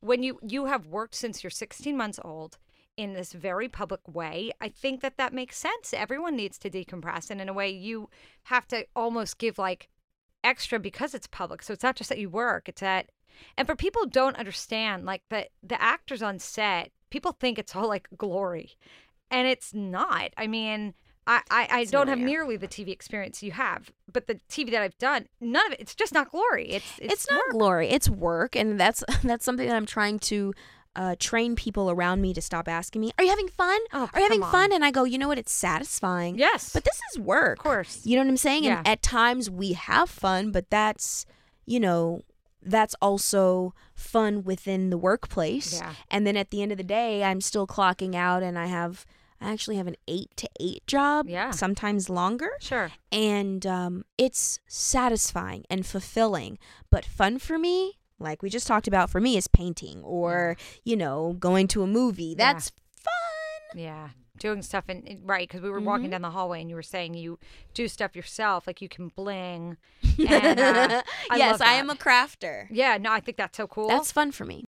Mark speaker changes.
Speaker 1: when you you have worked since you're 16 months old in this very public way, I think that that makes sense. Everyone needs to decompress, and in a way, you have to almost give like extra because it's public. So it's not just that you work; it's that. And for people who don't understand, like the the actors on set, people think it's all like glory, and it's not. I mean, I, I, I
Speaker 2: It's
Speaker 1: don't have
Speaker 2: not, yeah.
Speaker 1: nearly the TV experience you have, but the TV that I've done, none of it. It's just not glory. It's it's,
Speaker 2: it's not
Speaker 1: work.
Speaker 2: glory it's work and that's that's something that i'm trying to uh, train people around me to stop asking me are you having fun
Speaker 1: Oh,
Speaker 2: are you having
Speaker 1: come
Speaker 2: fun and i go you know what it's satisfying
Speaker 1: Yes,
Speaker 2: but this is work
Speaker 1: Of course.
Speaker 2: you know what i'm saying and
Speaker 1: Yeah.
Speaker 2: at times we have fun but that's you know that's also fun within the workplace
Speaker 1: Yeah.
Speaker 2: and then at the end of the day i'm still clocking out and i have i actually have an eight to eight job
Speaker 1: Yeah.
Speaker 2: sometimes longer
Speaker 1: sure.
Speaker 2: and um, it's satisfying and fulfilling. But fun for me, like we just talked about, for me is painting or you know going to a
Speaker 1: Yeah.
Speaker 2: movie. That's fun.
Speaker 1: Yeah. Doing stuff and right because we were
Speaker 2: Mm-hmm.
Speaker 1: walking down the hallway and you were saying you do stuff yourself like you can bling. And, uh, I
Speaker 2: yes,
Speaker 1: love
Speaker 2: I am a
Speaker 1: that.
Speaker 2: crafter.
Speaker 1: Yeah, no, I think that's so cool.
Speaker 2: That's fun for me.